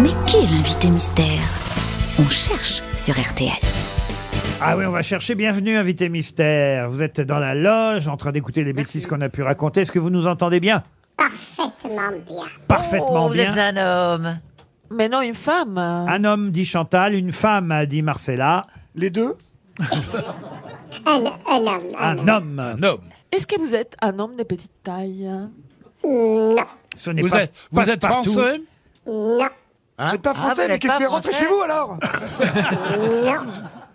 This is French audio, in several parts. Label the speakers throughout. Speaker 1: Mais qui est l'invité mystère On cherche sur RTL.
Speaker 2: Ah oui, on va chercher. Bienvenue, invité mystère. Vous êtes dans la loge, en train d'écouter les bêtises qu'on a pu raconter. Est-ce que vous nous entendez bien
Speaker 3: Parfaitement bien.
Speaker 2: Parfaitement
Speaker 4: Oh,
Speaker 2: bien.
Speaker 4: Vous êtes un
Speaker 5: Ah,
Speaker 4: homme.
Speaker 6: Mais non, une femme.
Speaker 2: Un homme, dit Chantal. Une femme, dit Marcella.
Speaker 5: Les deux
Speaker 3: Un, un homme. Un,
Speaker 2: Un homme.
Speaker 7: Un homme.
Speaker 6: Est-ce que vous êtes un homme de petite taille
Speaker 3: Non,
Speaker 2: Ce n'est
Speaker 7: Vous
Speaker 2: pas
Speaker 7: êtes, vous êtes
Speaker 2: Passepartout.
Speaker 7: français
Speaker 3: non,
Speaker 5: Vous n'êtes pas français,
Speaker 4: Ah, vous
Speaker 5: mais
Speaker 4: n'êtes
Speaker 5: qu'est-ce
Speaker 4: pas
Speaker 5: qui fait rentrer
Speaker 4: français
Speaker 5: chez vous alors
Speaker 3: non.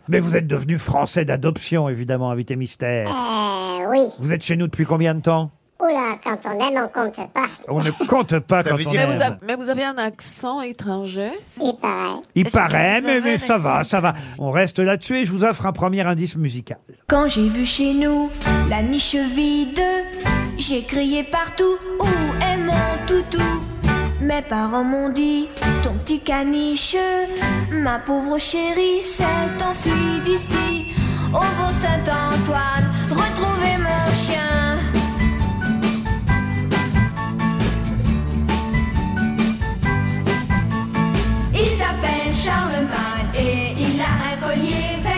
Speaker 2: Mais vous êtes devenu français d'adoption, évidemment, invité mystère.
Speaker 3: Euh, oui.
Speaker 2: Vous êtes chez nous depuis combien de temps
Speaker 3: Oula, quand on aime, on compte pas.
Speaker 2: On ne compte pas
Speaker 5: Ça
Speaker 2: quand
Speaker 5: veut
Speaker 2: on
Speaker 5: dire-
Speaker 6: mais
Speaker 2: aime.
Speaker 6: vous, avez, mais vous avez un accent étranger
Speaker 3: Il paraît.
Speaker 2: Il
Speaker 4: Est-ce que
Speaker 2: paraît,
Speaker 4: vous
Speaker 2: mais,
Speaker 4: avez
Speaker 2: mais
Speaker 4: un
Speaker 2: ça va,
Speaker 4: accent
Speaker 2: ça va. On reste là-dessus et je vous offre un premier indice musical.
Speaker 8: Quand j'ai vu chez nous la niche vide, j'ai crié partout où est mon toutou. Mes parents m'ont dit ton petit caniche, ma pauvre chérie s'est enfuie d'ici. Au beau Saint-Antoine, retrouvez mon chien. Il s'appelle Charlemagne et il a un collier vert.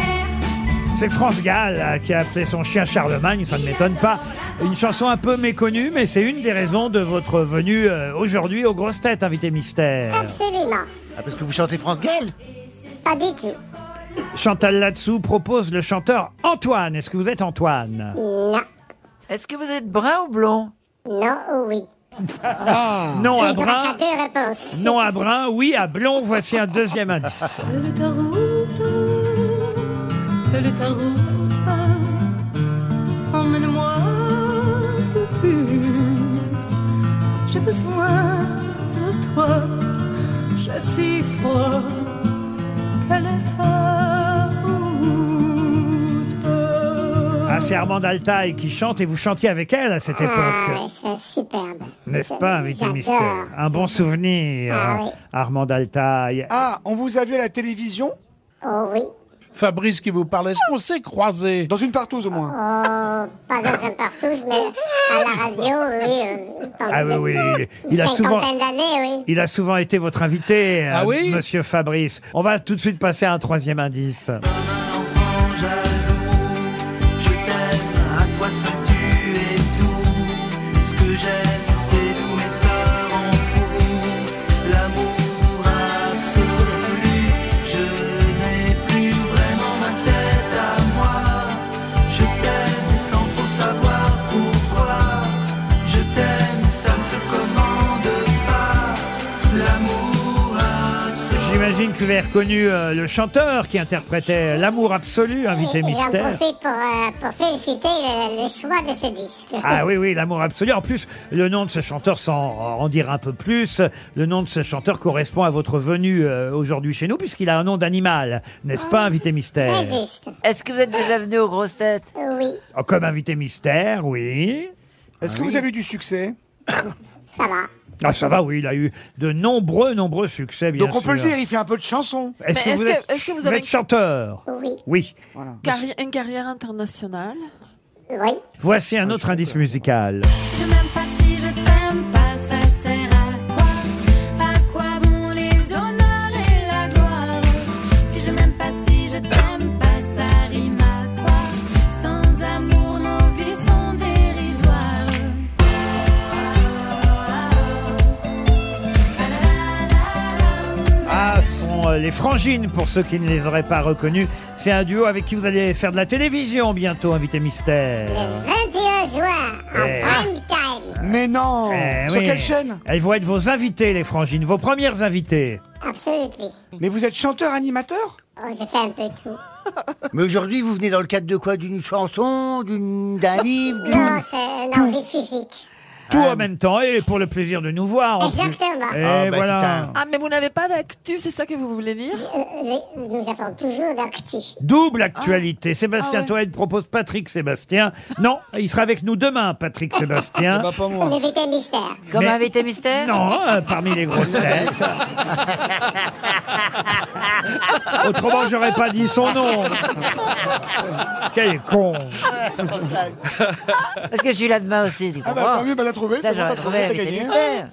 Speaker 2: C'est France Gall euh, qui a appelé son chien Charlemagne, ça ne m'étonne pas. Une chanson un peu méconnue, mais c'est une des raisons de votre venue euh, aujourd'hui aux grosses têtes, invité mystère.
Speaker 3: Absolument.
Speaker 5: Parce que vous chantez France Gall
Speaker 3: Pas du tout.
Speaker 2: Chantal Latsou propose le chanteur Antoine. Est-ce que vous êtes Antoine
Speaker 3: Non,
Speaker 4: Est-ce que vous êtes brun ou blond
Speaker 3: non ou oui.
Speaker 2: Non à
Speaker 3: Il doit
Speaker 2: brun,
Speaker 3: à deux réponses.
Speaker 2: non à brun, oui à blond. Voici un deuxième indice.
Speaker 6: Elle est à route, elle est à route, emmène-moi tu J'ai besoin de toi, j'ai si froid qu'elle est à route.
Speaker 2: Ah, c'est Armand Altaï qui chante et vous chantiez avec elle à cette
Speaker 3: Ah,
Speaker 2: époque.
Speaker 3: ouais, c'est superbe.
Speaker 2: N'est-ce
Speaker 3: Je-
Speaker 2: pas, invité
Speaker 3: j'adore.
Speaker 2: mystère Un bon souvenir,
Speaker 3: Ah
Speaker 2: euh,
Speaker 3: oui.
Speaker 2: Armand Altaï.
Speaker 5: Ah, on vous a vu à la télévision
Speaker 3: Oh oui.
Speaker 7: Fabrice qui vous parlait. Est-ce qu'on s'est croisés
Speaker 5: Dans une partouze au
Speaker 9: Ah.
Speaker 5: moins.
Speaker 3: Oh, pas dans un partouze, mais à la radio, oui. euh, pendant
Speaker 2: Ah oui, oui, il-
Speaker 3: une
Speaker 2: il a souvent...
Speaker 3: cinquantaine d'années, oui.
Speaker 2: Il a souvent été votre invité,
Speaker 7: Ah
Speaker 2: euh,
Speaker 7: oui
Speaker 2: monsieur Fabrice. On va tout de suite passer à un troisième indice.
Speaker 9: Je t'aime, à toi seul tu es tout. Ce que j'aime, c'est d'où mes sœurs en fou. L'amour absolu, je n'ai plus vraiment ma tête à moi. Je t'aime sans trop savoir pourquoi. Je t'aime, ça ne se commande pas. L'amour absolu.
Speaker 2: J'imagine que vous avez reconnu euh, le chanteur qui interprétait euh, L'amour absolu, invité
Speaker 3: Et j'en
Speaker 2: mystère.
Speaker 3: profite pour, euh, pour féliciter le, le choix de ce disque.
Speaker 2: Ah oui, oui, l'amour absolu. En plus, le nom de ce chanteur, sans en dire un peu plus, le nom de ce chanteur correspond à votre venue euh, aujourd'hui chez nous, puisqu'il a un nom d'animal, n'est-ce pas, invité mystère
Speaker 3: Ah. Très juste.
Speaker 4: Est-ce que vous êtes déjà venu aux grosses têtes
Speaker 3: Oui,
Speaker 2: Oh, Comme invité mystère, oui.
Speaker 5: Est-ce que vous avez eu du succès
Speaker 3: ça va.
Speaker 2: Ah ça va, oui, il a eu de nombreux, nombreux succès, bien
Speaker 5: Donc on
Speaker 2: sûr.
Speaker 5: peut le dire, il fait un peu de chanson.
Speaker 2: Est-ce
Speaker 6: Mais
Speaker 2: que,
Speaker 6: est-ce
Speaker 2: vous
Speaker 6: que-
Speaker 2: êtes,
Speaker 6: est-ce que vous avez-
Speaker 2: êtes chanteur
Speaker 3: Oui,
Speaker 2: Oui.
Speaker 6: Carri- une carrière internationale
Speaker 3: oui.
Speaker 2: Voici un autre indice musical.
Speaker 8: Si je m'aime pas, si je t'aime pas, ça sert à quoi À quoi bon les honneurs et la gloire Si je m'aime pas, si je t'aime pas, ça rime à quoi Sans amour, nos vies sont dérisoires.
Speaker 2: Ah, ce sont euh, les Frangines, pour ceux qui ne les auraient pas reconnus. C'est un duo avec qui vous allez faire de la télévision bientôt, invité mystère.
Speaker 6: Oh.
Speaker 3: Le 21 juin, en
Speaker 2: Eh.
Speaker 3: prime
Speaker 10: Bah.
Speaker 3: time.
Speaker 5: Mais non
Speaker 2: Eh
Speaker 5: Sur
Speaker 2: oui.
Speaker 5: quelle chaîne
Speaker 2: Elles vont être vos invités, les Frangines, vos premières invitées.
Speaker 3: Absolument.
Speaker 5: Mais vous êtes chanteur, animateur
Speaker 3: Oh, j'ai fait un peu tout.
Speaker 10: Mais aujourd'hui, vous venez dans le cadre de quoi D'une chanson D'une d'un livre
Speaker 3: Non, c'est une envie physique.
Speaker 2: Tout
Speaker 5: Ah.
Speaker 2: en même temps et pour le plaisir de nous voir. en plus.
Speaker 3: Exactement.
Speaker 2: Et
Speaker 10: Ah, bah,
Speaker 2: voilà.
Speaker 10: putain.
Speaker 6: Ah, mais vous n'avez pas d'actu, c'est ça que vous voulez dire
Speaker 3: Euh, les- nous avons toujours d'actu.
Speaker 2: Double actualité. Sébastien
Speaker 6: Ah ouais.
Speaker 2: Toed propose Patrick Sébastien. Non, il sera avec nous demain, Patrick Sébastien.
Speaker 5: Bah pas moi.
Speaker 3: L'évité mystère.
Speaker 4: Comme
Speaker 2: Mais-
Speaker 4: invité mystère
Speaker 2: Non, euh, parmi les grosses têtes. Autrement, j'aurais pas dit son nom. Quel con.
Speaker 4: Parce que je suis là demain aussi, tu
Speaker 5: Ah bah
Speaker 4: comprends
Speaker 10: Ah.
Speaker 5: tant mieux, bah, trouvé,
Speaker 4: Ça,
Speaker 5: c'est bon,
Speaker 4: j'aurais
Speaker 5: t'as
Speaker 4: trouvé
Speaker 5: trouvé, t'as
Speaker 4: avec
Speaker 5: gagné.
Speaker 4: Alistair.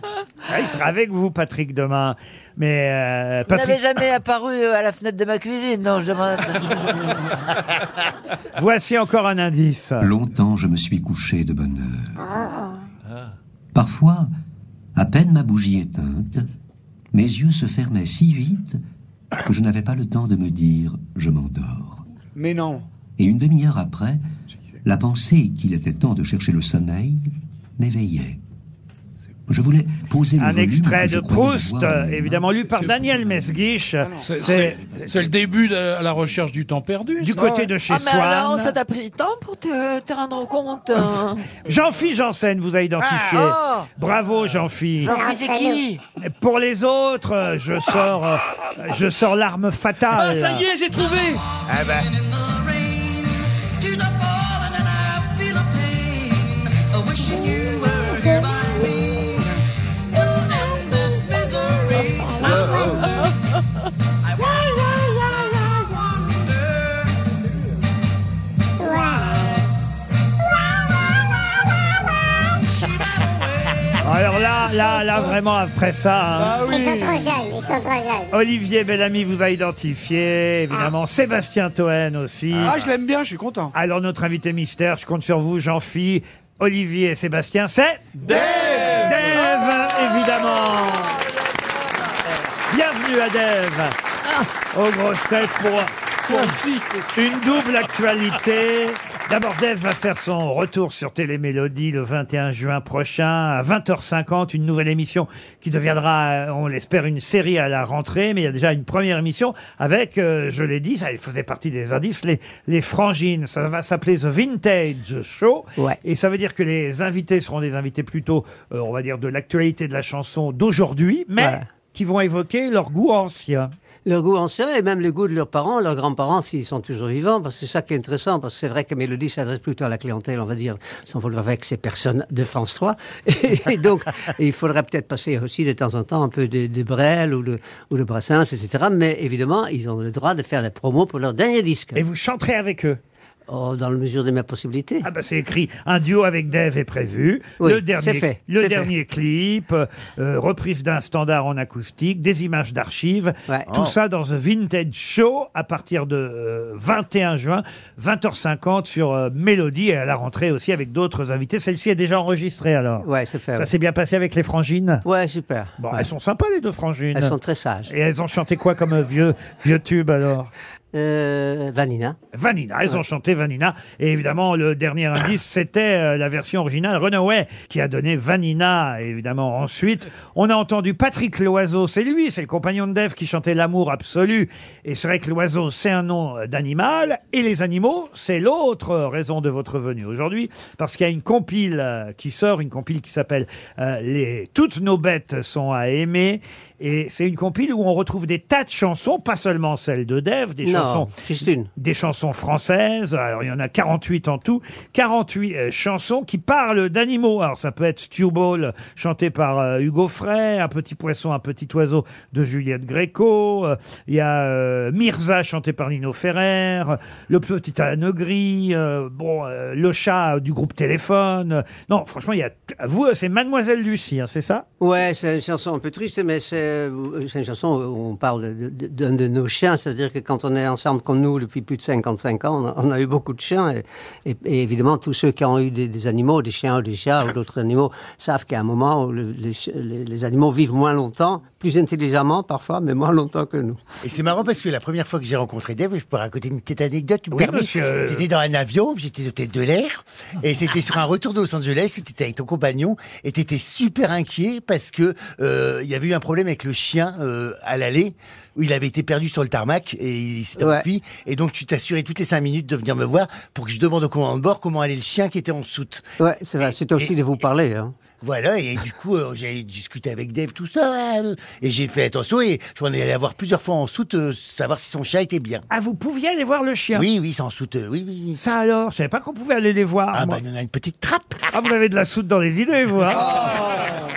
Speaker 2: Ah, il sera avec vous, Patrick, demain. Mais euh,
Speaker 4: Vous
Speaker 2: Patrick,
Speaker 4: n'avez jamais apparu euh, à la fenêtre de ma cuisine, non, je demande.
Speaker 2: voici encore un indice.
Speaker 11: Longtemps, je me suis couché de bonne heure. Parfois, à peine ma bougie éteinte, mes yeux se fermaient si vite que je n'avais pas le temps de me dire je m'endors.
Speaker 5: Mais non.
Speaker 11: Et une demi-heure après, la pensée qu'il était temps de chercher le sommeil m'éveillait. Je voulais poser le
Speaker 2: Un
Speaker 11: volume
Speaker 2: extrait
Speaker 11: que je
Speaker 2: de
Speaker 11: croyais
Speaker 2: Proust,
Speaker 11: avoir dans mes mains.
Speaker 2: évidemment lu par Daniel Mesguich.
Speaker 7: C'est- C'est c'est le début de la recherche du temps perdu.
Speaker 2: Du
Speaker 7: ça.
Speaker 2: côté de chez
Speaker 6: Ah, mais alors,
Speaker 2: Swann.
Speaker 6: ça t'a pris le temps pour te, te rendre compte. hein.
Speaker 2: Jean-Philippe Janssen vous a
Speaker 4: Oh,
Speaker 2: identifié.
Speaker 6: Ah,
Speaker 2: Bravo, Jean-Philippe.
Speaker 6: Jean-Phi, c'est qui
Speaker 2: Pour les autres, euh, je sors, euh, je sors l'arme fatale.
Speaker 6: Ah, ça y est,
Speaker 12: j'ai trouvé
Speaker 2: Ah ben. Alors là, là, là, vraiment après ça. hein.
Speaker 3: Ils sont trop jeunes, ils sont trop jeunes.
Speaker 2: Olivier Bellamy vous a identifié,
Speaker 6: Ah.
Speaker 2: évidemment. Sébastien Toen aussi.
Speaker 5: Ah, je l'aime bien, je suis content.
Speaker 2: Alors notre invité mystère, je compte sur vous, Jean-Phi, Olivier et Sébastien, c'est Dave Dave, évidemment Bienvenue à Dave
Speaker 6: Ah.
Speaker 2: Aux grosses têtes pour une double actualité. D'abord, Dave va faire son retour sur Télémélodie le 21 juin prochain à 20h50, une nouvelle émission qui deviendra, euh, on l'espère, une série à la rentrée, mais il y a déjà une première émission avec, euh, je l'ai dit, ça il faisait partie des indices, les, les frangines. Ça va s'appeler The Vintage Show. Et ça veut dire que les invités seront des invités plutôt, euh, on va dire, de l'actualité de la chanson d'aujourd'hui, mais qui vont évoquer leur goût ancien.
Speaker 13: Leur goût ancien et même le goût de leurs parents, leurs grands-parents s'ils sont toujours vivants, parce que c'est ça qui est intéressant, parce que c'est vrai que Mélodie s'adresse plutôt à la clientèle, on va dire, sans vouloir avec ces personnes de France 3. Et donc, il faudrait peut-être passer aussi de temps en temps un peu de, de Brel ou de, ou de Brassens, etc. Mais évidemment, ils ont le droit de faire des promos pour leur dernier disque. Et
Speaker 2: vous chanterez avec eux
Speaker 13: Oh, dans la mesure de ma possibilité.
Speaker 2: Ah bah c'est écrit, un duo avec Dave est prévu.
Speaker 13: Oui,
Speaker 2: le dernier,
Speaker 13: c'est fait,
Speaker 2: le
Speaker 13: c'est
Speaker 2: dernier clip, euh, reprise d'un standard en acoustique, des images d'archives, tout
Speaker 13: Oh.
Speaker 2: ça dans The Vintage Show à partir de euh, 21 juin, 20h50 sur euh, Mélodie et à la rentrée aussi avec d'autres invités. Celle-ci est déjà enregistrée alors.
Speaker 13: Ouais, c'est fait.
Speaker 2: Ça
Speaker 13: ouais.
Speaker 2: s'est bien passé avec les frangines
Speaker 13: Ouais, super.
Speaker 2: Bon, elles sont sympas les deux frangines.
Speaker 13: Elles sont très sages.
Speaker 2: Et elles ont chanté quoi comme euh, vieux, vieux tube alors
Speaker 13: Euh, Vanina.
Speaker 2: Vanina, elles ont
Speaker 13: Ouais.
Speaker 2: chanté Vanina. Et évidemment, le dernier indice, c'était euh, la version originale Runaway qui a donné Vanina, évidemment. Ensuite, on a entendu Patrick Loiseau, c'est lui, c'est le compagnon de Dev qui chantait L'amour absolu. Et c'est vrai que l'oiseau, c'est un nom euh, d'animal. Et les animaux, c'est l'autre raison de votre venue aujourd'hui. Parce qu'il y a une compile euh, qui sort, une compile qui s'appelle euh, les... Toutes nos bêtes sont à aimer. Et c'est une compile où on retrouve des tas de chansons, pas seulement celles de Dev, des
Speaker 13: Non,
Speaker 2: chansons
Speaker 13: juste une.
Speaker 2: des chansons françaises. Alors, il y en a 48 en tout. 48 euh, chansons qui parlent d'animaux. Alors, ça peut être Stew Ball, chanté par euh, Hugo Frey, Un petit poisson, un petit oiseau de Juliette Gréco. Euh, Il y a euh, Mirza, chanté par Nino Ferrer. Euh, Le petit âne gris. euh, bon, euh, le chat euh, du groupe Téléphone. Euh, Non, franchement, il y a. Vous, euh, c'est Mademoiselle Lucie, hein, c'est ça
Speaker 13: Ouais, c'est une chanson un peu triste, mais c'est euh, c'est une chanson où on parle de- de- d'un de, nos chiens. C'est-à-dire que quand on est ensemble comme nous depuis plus de 55 ans, on a, on a eu beaucoup de chiens. Et, et- et évidemment, tous ceux qui ont eu des, des animaux, des chiens ou des chats ou d'autres animaux, savent qu'à un moment où le- les, chi- les- les animaux vivent moins longtemps, plus intelligemment parfois, mais moins longtemps que nous.
Speaker 10: Et c'est marrant parce que la première fois que j'ai rencontré Dave, je peux raconter une petite anecdote, tu me
Speaker 13: Oui,
Speaker 10: permets
Speaker 13: monsieur.
Speaker 10: J'étais dans un avion, j'étais au tête de l'air, et c'était sur un retour de Los Angeles, et t'étais avec ton compagnon, et t'étais super inquiet parce que euh, il y avait eu un problème avec le chien euh, à l'aller, où il avait été perdu sur le tarmac, et il s'était
Speaker 13: Ouais.
Speaker 10: enfui, et donc tu t'assurais toutes les cinq minutes de venir me voir pour que je demande au commandant de bord comment allait le chien qui était en soute.
Speaker 13: Ouais, c'est vrai, c'est aussi de vous parler. hein.
Speaker 10: Voilà, et du coup, euh, j'ai discuté avec Dave, tout ça, ouais, euh, et j'ai fait attention, et j'en ai allé voir plusieurs fois en soute, euh, savoir si son chat était bien.
Speaker 2: Ah, vous pouviez aller voir le chien
Speaker 10: Oui, oui, c'est en soute, euh, oui, oui.
Speaker 2: Ça alors Je savais pas qu'on pouvait aller les voir.
Speaker 10: Ah, bah, il y en a une petite trappe.
Speaker 2: Ah, vous avez de la soude dans les idées, vous, hein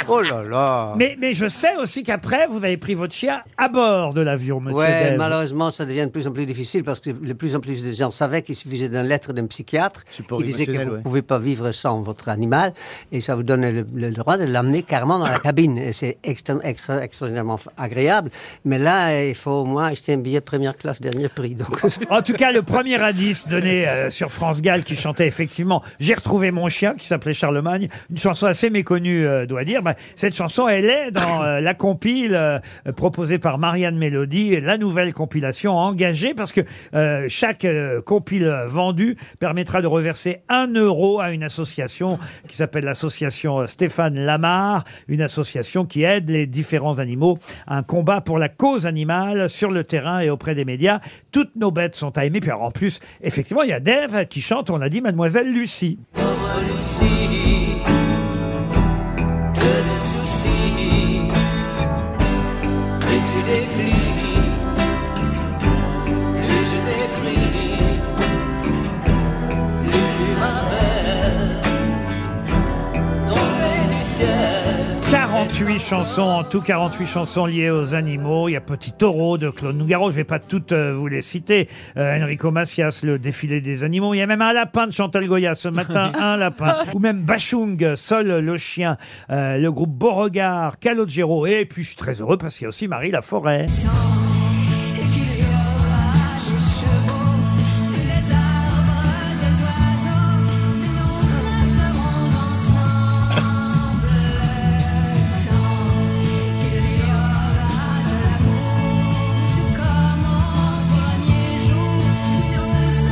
Speaker 13: Oh là là
Speaker 2: Mais, mais je sais aussi qu'après, vous avez pris votre chien à bord de l'avion, monsieur
Speaker 13: Ouais,
Speaker 2: Dave.
Speaker 13: malheureusement, ça devient de plus en plus difficile parce que de plus en plus de gens savaient qu'il suffisait d'une lettre d'un psychiatre qui disait que
Speaker 10: émotionnel,
Speaker 13: vous ne
Speaker 10: ouais.
Speaker 13: pouvez pas vivre sans votre animal et ça vous donne le, le droit de l'amener carrément dans la cabine. Et C'est extré- extra- extraordinairement f- agréable. Mais là, il faut au moins acheter un billet première classe, dernier prix. Donc,
Speaker 2: En tout cas, le premier indice donné euh, sur France Gall qui chantait effectivement J'ai retrouvé mon chien qui s'appelait Charlemagne, une chanson assez méconnue, euh, doit dire. Bah, cette chanson, elle est dans euh, la compile euh, proposée par Marianne Mélody, la nouvelle compilation engagée, parce que euh, chaque euh, compile vendue permettra de reverser un euro à une association qui s'appelle l'association euh, Stéphane Lamar, une association qui aide les différents animaux à un combat pour la cause animale sur le terrain et auprès des médias. Toutes nos bêtes sont à aimer. Puis alors, en plus, effectivement, il y a Dave qui chante, on l'a dit, Mademoiselle Lucie.
Speaker 9: Pauvre Lucie, que de soucis, plus tu déplis, plus je dépris, plus ma belle, tombée du ciel.
Speaker 2: 48 chansons, en tout 48 chansons liées aux animaux. Il y a Petit Taureau de Claude Nougaro, je vais pas toutes euh, vous les citer. Euh, Enrico Macias, Le Défilé des animaux. Il y a même un lapin de Chantal Goya ce matin, un lapin. Ou même Bachung, Seul le chien, euh, le groupe Beauregard, Calogero. Et puis je suis très heureux parce qu'il y a aussi Marie Laforêt.
Speaker 9: Et qu'il y aura des chevaux, des arbres, des oiseaux, nous resterons ensemble le temps. Qu'il y aura de l'amour, tout comme au premier jour, nous sommes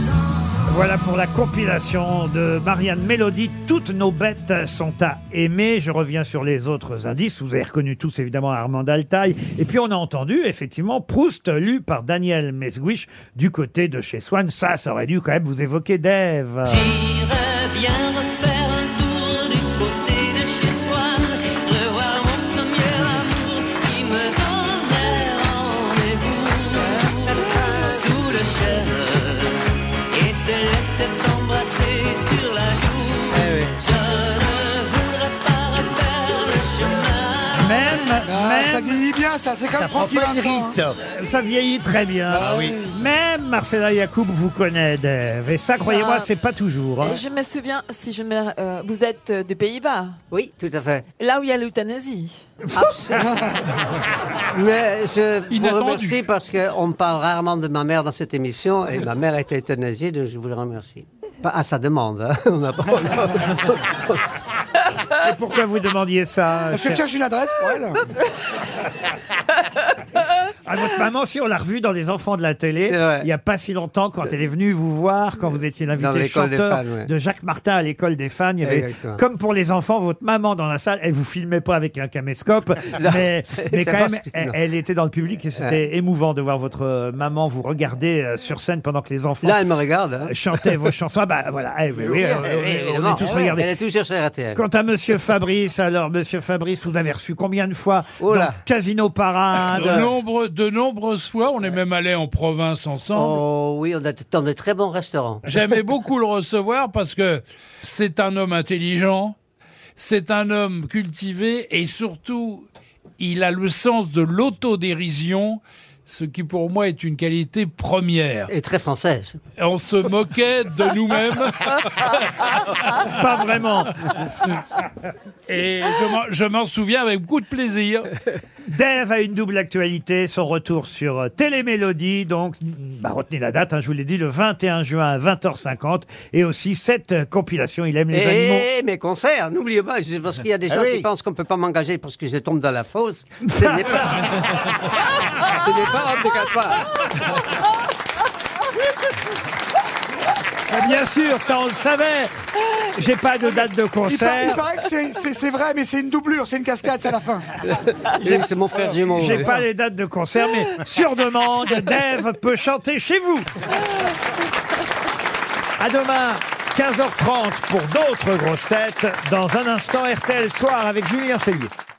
Speaker 9: ensemble.
Speaker 2: Voilà pour la compilation de Marianne Mélodie. Toutes nos bêtes sont à aimer. Je reviens sur les autres indices. Vous avez reconnu tous, évidemment, Armand Altaï. Et puis, on a entendu, effectivement, Proust, lu par Daniel Mesguich, du côté de chez Swann. Ça, ça aurait dû quand même vous évoquer Dave.
Speaker 6: Ah.
Speaker 9: J'irais bien refaire un tour du côté de chez soi, revoir mon premier amour qui me donnait rendez-vous sous le chêne et se laissait embrasser sur la joue. Je ne voudrais pas refaire le chemin.
Speaker 2: Même,
Speaker 5: Ah,
Speaker 2: même-
Speaker 5: Ça vieillit bien, ça, c'est comme
Speaker 10: Ça prend
Speaker 5: Francky
Speaker 10: pas une
Speaker 5: Vincent.
Speaker 10: rite.
Speaker 2: Ça vieillit très bien.
Speaker 10: Ah oui.
Speaker 2: Même Marcella Yacoub vous connaît, Dave. Et ça, croyez-moi, c'est pas toujours. hein.
Speaker 6: Et je me souviens, si je me, euh, vous êtes euh, des Pays-Bas,
Speaker 13: oui, tout à fait.
Speaker 6: là où il y a l'euthanasie.
Speaker 13: Mais je vous
Speaker 7: Inattendu.
Speaker 13: remercie parce qu'on parle rarement de ma mère dans cette émission et ma mère était euthanasiée, donc je vous le remercie. Pas à sa demande. hein. On n'a pas-
Speaker 2: Et pourquoi vous demandiez ça
Speaker 5: Est-ce que
Speaker 2: cher-
Speaker 5: tu cherches une adresse pour elle
Speaker 2: À Ah, votre maman, si on l'a revue dans Les Enfants de la télé,
Speaker 13: C'est vrai.
Speaker 2: il n'y a pas si longtemps, quand elle est venue vous voir, quand vous étiez l'invité
Speaker 13: l'école des
Speaker 2: chanteur
Speaker 13: fans, ouais.
Speaker 2: de Jacques Martin à l'école des fans, il y avait,
Speaker 13: Exactement.
Speaker 2: comme pour les enfants, votre maman dans la salle, elle vous filmait pas avec un caméscope, mais, mais
Speaker 13: C'est
Speaker 2: quand
Speaker 13: parce
Speaker 2: même,
Speaker 13: que-
Speaker 2: elle,
Speaker 13: non.
Speaker 2: elle était dans le public et c'était émouvant de voir votre euh, maman vous regarder euh, sur scène pendant que les enfants
Speaker 13: Là, elle me regarde. hein.
Speaker 2: chantaient vos chansons. Ah bah voilà, eh oui, oui, euh,
Speaker 13: Eh oui,
Speaker 2: on est
Speaker 13: évidemment.
Speaker 2: tous
Speaker 13: Ah ouais,
Speaker 2: regardés.
Speaker 13: Elle est toujours sur RTL.
Speaker 2: Quant à Monsieur Fabrice, alors Monsieur Fabrice, vous avez reçu combien de fois
Speaker 13: Oh là.
Speaker 2: dans Casino
Speaker 5: hein.
Speaker 2: Parade
Speaker 7: De, nombre- de nombreuses fois, on est même allé en province ensemble.
Speaker 13: Oh oui, on est dans de très bons restaurants.
Speaker 7: J'aimais beaucoup le recevoir parce que c'est un homme intelligent, c'est un homme cultivé et surtout, il a le sens de l'autodérision, ce qui pour moi est une qualité première.
Speaker 13: Et très française.
Speaker 7: On se moquait de nous-mêmes
Speaker 2: Pas vraiment.
Speaker 7: et je m'en- je m'en souviens avec beaucoup de plaisir.
Speaker 2: Dave a une double actualité, son retour sur euh, Télémélodie, donc bah, retenez la date, hein, je vous l'ai dit, le 21 juin à 20h50, et aussi cette euh, compilation Il aime les animaux. Ah
Speaker 13: Et Eh, mes concerts, n'oubliez pas, c'est parce qu'il y a des gens
Speaker 10: oui.
Speaker 13: qui pensent qu'on ne peut pas m'engager parce que je tombe dans la fosse. Ce n'est pas. Ce n'est pas obligatoire.
Speaker 2: Ah, bien sûr, ça on le savait J'ai pas de date de
Speaker 5: il, par- il
Speaker 2: concert,
Speaker 5: paraît que c'est- c'est c'est vrai, mais c'est une doublure, c'est une cascade, c'est à la fin.
Speaker 13: Oui, C'est mon frère Gémeaux.
Speaker 2: j'ai
Speaker 13: Oh, oui.
Speaker 2: pas les dates de concert, mais sur demande, Dave peut chanter chez vous À demain 15h30 pour d'autres grosses têtes, dans un instant RTL Soir avec Julien Cellier.